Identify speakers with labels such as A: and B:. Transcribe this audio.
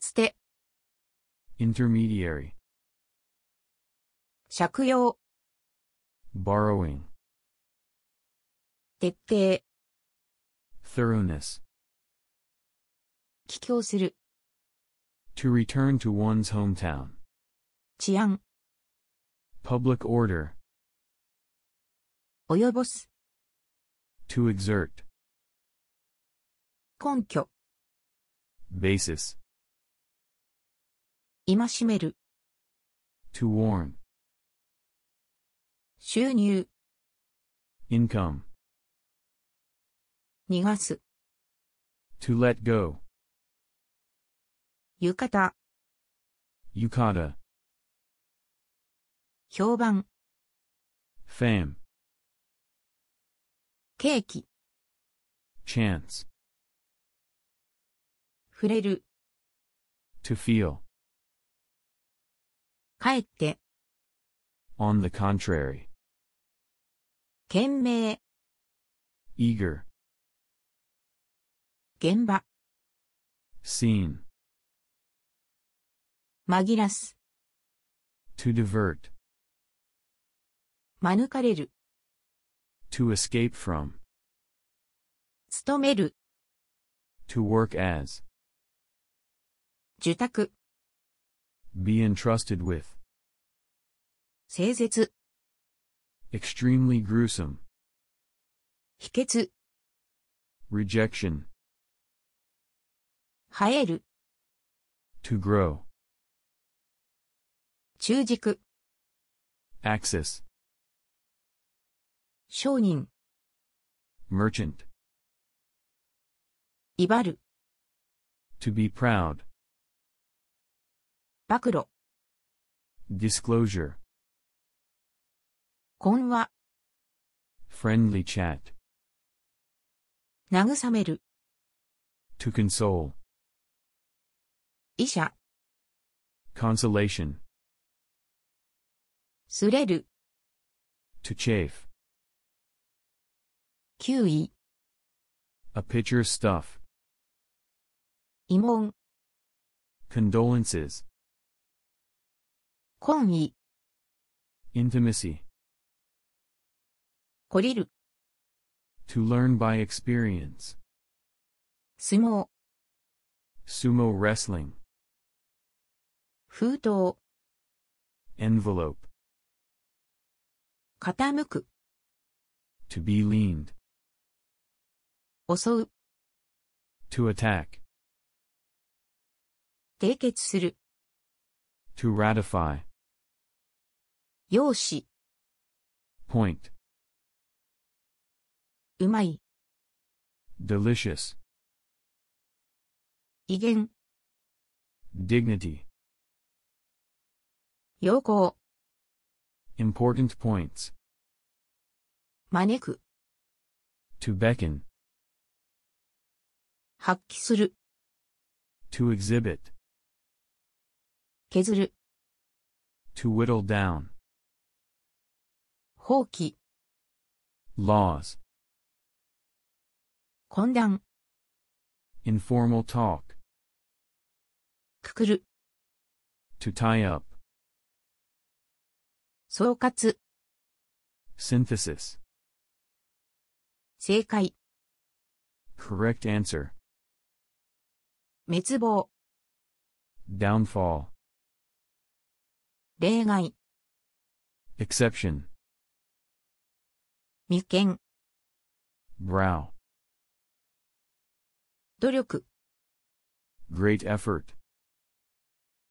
A: 捨て、
B: intermediary,
A: 借用、
B: borrowing,
A: 徹底、
B: thoroughness,
A: 帰郷する、
B: to return to one's hometown,
A: 治安、
B: public order,
A: 及ぼす、
B: to exert,
A: 根拠、
B: basis,
A: 戒める、
B: to warn,
A: 収入、
B: income,
A: 逃がす、
B: to let go,
A: 浴衣、
B: yukata,
A: 評判、
B: fame,
A: ケーキ、
B: chance,
A: 触れる、
B: to feel,
A: 帰って、
B: on the contrary,
A: 懸命、
B: eager,
A: 現場、
B: seen,
A: 紛らす、
B: to divert,
A: 免れる、
B: to escape from,
A: 勤める、
B: to work as,
A: 受託、
B: be entrusted with,
A: 清絶、
B: extremely gruesome,
A: 秘訣、
B: rejection,
A: 生える、
B: to grow,
A: 中軸、
B: axis,
A: 商人、
B: merchant,
A: 威張る、
B: to be proud,
A: 暴露、
B: disclosure,
A: 混話、
B: friendly chat,
A: 慰める、
B: to console,
A: 医者、
B: consolation,
A: すれる、
B: to chafe,
A: 給位、
B: a pitcher's stuff,
A: 慰問、
B: condolences,
A: 懇意、
B: intimacy,
A: 懲りる、
B: to learn by experience,
A: 相撲、
B: sumo wrestling,
A: 封筒、
B: envelope,
A: 傾く、
B: to be leaned,
A: 襲う、
B: to attack,
A: 締結する、
B: to ratify,
A: 容姿、
B: point,
A: うまい、
B: delicious,
A: 威厳、
B: dignity,
A: 要項、
B: important points,
A: 招く、
B: to beckon,
A: 発揮する、
B: to exhibit,
A: 削る、
B: to whittle down,
A: 放棄、
B: laws,
A: 混乱、
B: informal talk,
A: くくる、
B: to tie up,
A: 総括、
B: synthesis,
A: 正解、
B: correct answer,
A: 滅亡、
B: downfall,
A: 例外、
B: exception,
A: 未見、
B: brow,
A: 努力。
B: great effort.